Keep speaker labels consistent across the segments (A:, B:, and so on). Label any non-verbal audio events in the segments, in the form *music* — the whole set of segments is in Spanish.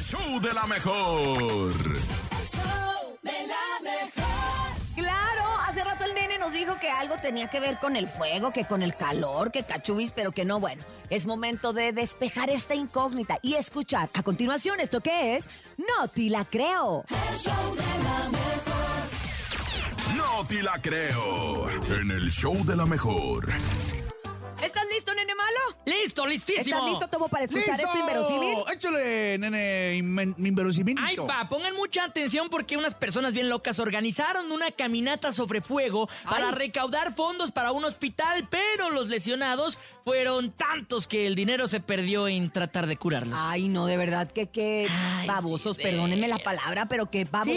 A: show de la mejor.
B: show de la mejor.
C: Claro, hace rato el nene nos dijo que algo tenía que ver con el fuego, que con el calor, que cachubis, pero que no, bueno. Es momento de despejar esta incógnita y escuchar a continuación esto que es No te la creo.
B: El show de la mejor.
A: No te la creo. En el show de la mejor.
C: ¿Estás listo, nene malo?
D: ¡Listo, listísimo!
C: ¿Estás listo, Tomo, para Eh, escuchar esto inverosímil?
E: Échale, nene, inmen- inverosímil.
D: Ay, pa, pongan mucha atención porque unas personas bien locas organizaron una caminata sobre fuego para recaudar fondos para un hospital, pero los lesionados fueron tantos que el dinero se perdió en tratar de curarlos.
C: Ay, no, de verdad que qué
D: Ay,
C: babosos,
D: sí, de-
C: perdónenme la palabra, pero qué babosos.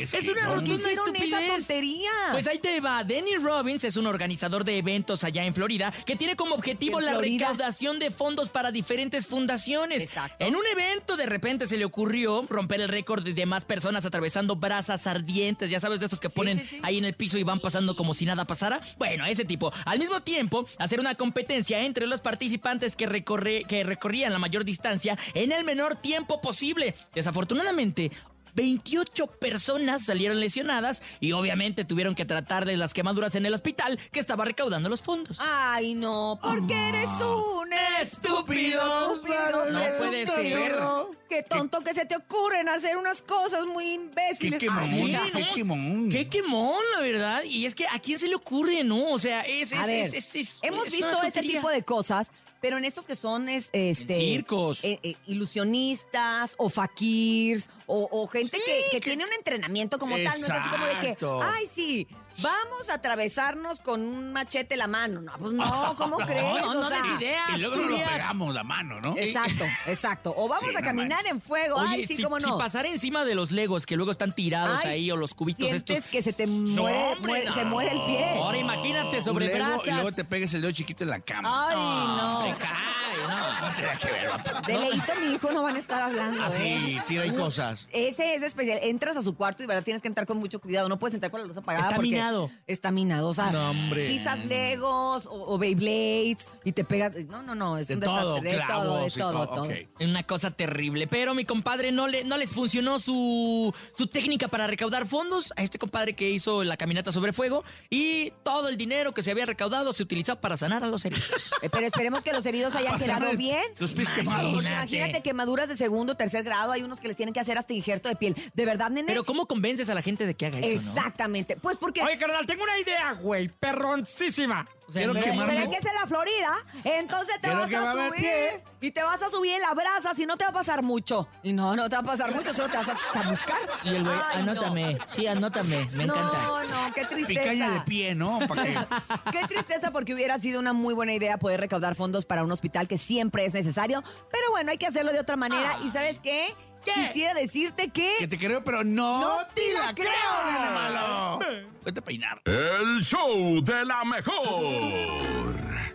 D: es, una
C: ¿Por qué
D: rotunda
C: hicieron
D: estupidez.
C: esa tontería?
D: Pues ahí te va. Danny Robbins es un organizador de eventos allá en Florida que tiene como objetivo
C: En
D: la
C: Florida.
D: recaudación de fondos para diferentes fundaciones.
C: Exacto.
D: En un evento de repente se le ocurrió romper el récord de más personas atravesando brasas ardientes, ya sabes, de estos que ponen
C: sí, sí.
D: ahí en el piso y van pasando como si nada pasara. Bueno, ese tipo. Al mismo tiempo, hacer una competencia entre los participantes que, recorre- que recorrían la mayor distancia en el menor tiempo posible. Desafortunadamente... 28 personas salieron lesionadas y obviamente tuvieron que tratar de las quemaduras en el hospital que estaba recaudando los fondos.
C: Ah, Ay, no, porque eres un
D: Ah, ¡Estúpido!
C: estúpido,
D: No
C: eres
D: puede
C: estúpido. Qué tonto que se te ocurren hacer unas cosas muy imbéciles.
E: Qué quemón,
C: Ay,
D: Ay,
E: qué
D: no.
E: quemón.
D: Mm. Qué quemón, la verdad. Y es que a quién se le ocurre, ¿no? O sea, es.
C: A
D: es-
C: ver,
D: es- es- es-
C: Hemos
D: es
C: visto
D: una
C: este
D: tontería.
C: tipo de cosas, pero en estos que son es- este,
D: circos.
C: eh, eh, ilusionistas o fakirs o, o gente que, que tiene un entrenamiento como tal, no es así como de
E: Exacto.
C: que, ay, sí, vamos a atravesarnos con un machete la mano. No,
D: *laughs*
C: pues no, ¿cómo crees?
D: no,
C: O
D: no
C: sea,
D: des ideas.
E: Y luego nos lo
D: Julián.
E: pegamos la mano, ¿no?
C: Exacto, exacto. O vamos
E: Sí,
C: a
E: no
C: caminar en fuego.
D: Oye,
C: ay, sí,
D: si,
C: cómo
D: si
C: no.
D: pasara encima de los legos que luego están tirados
C: Ay,
D: ahí o los cubitos
C: sientes
D: estos.
C: que se te
D: No,
C: muere,
D: hombre,
C: muere-
D: no.
C: se muere el pie.
D: Ahora imagínate sobre
E: Un lego
D: brasas.
E: Y luego te pegas el dedo chiquito en la cama. Ah,
C: Ay,
D: Hombre,
C: no.
D: cae, no.
E: No Ah, tiene que ver, papá.
C: De leíto mi hijo no van a estar hablando.
E: Así,
C: ¿eh?
E: tira y cosas.
C: Ese es especial. Entras a su cuarto y verdad tienes que entrar con mucho cuidado. No puedes entrar con la luz apagada.
D: Está
C: porque
D: minado.
C: Está minado. O sea,
D: No, hombre.
C: pisas legos o, o Beyblades y te pegas. No, no, no. Es
E: De
C: un
E: todo,
C: desastre. De todo, de
E: clavos y
C: todo,
E: todo.
C: todo.
E: Ok.
D: Una cosa terrible. Pero mi compadre no, le, no les funcionó su, su técnica para recaudar fondos a este compadre que hizo la caminata sobre fuego. Y todo el dinero que se había recaudado se utilizó para sanar a los heridos.
C: Eh, Pero esperemos que los heridos hayan
E: Pasar
C: quedado
E: de-
C: bien.
E: Los pies
C: Pues
E: quemados.
C: Imagínate quemaduras de segundo, tercer grado. Hay unos que les tienen que hacer hasta injerto de piel. De verdad, nene.
D: Pero ¿cómo convences a la gente de que haga eso? no?
C: Exactamente. Pues porque.
F: Oye, carnal, tengo una idea, güey, perroncísima.
D: O sea,
E: Quiero
D: no-
C: Pero,
E: quemarme.
C: pero es que es en la Florida, entonces te
E: Quiero
C: vas a
E: quemarme el
C: subir
E: pie.
C: y te vas a subir en la brasa, si no te va a pasar mucho. Y no, no te va a pasar mucho, solo te vas a chamuscar.
D: Y el güey,
C: Ay, no.
D: anótame. Sí, anótame. Me
C: no,
D: encanta.
C: no, qué tristeza.
E: Picaña de pie, ¿no? Para que
C: *laughs* Qué tristeza porque hubiera sido una muy buena idea poder recaudar fondos para un hospital que siempre es necesario, pero bueno, hay que hacerlo de otra manera. ¿Y sabes qué? Quisiera decirte que...
E: que te creo, pero no,
C: No te la creo, nene
E: malo. Vete a peinar.
A: El show de la mejor.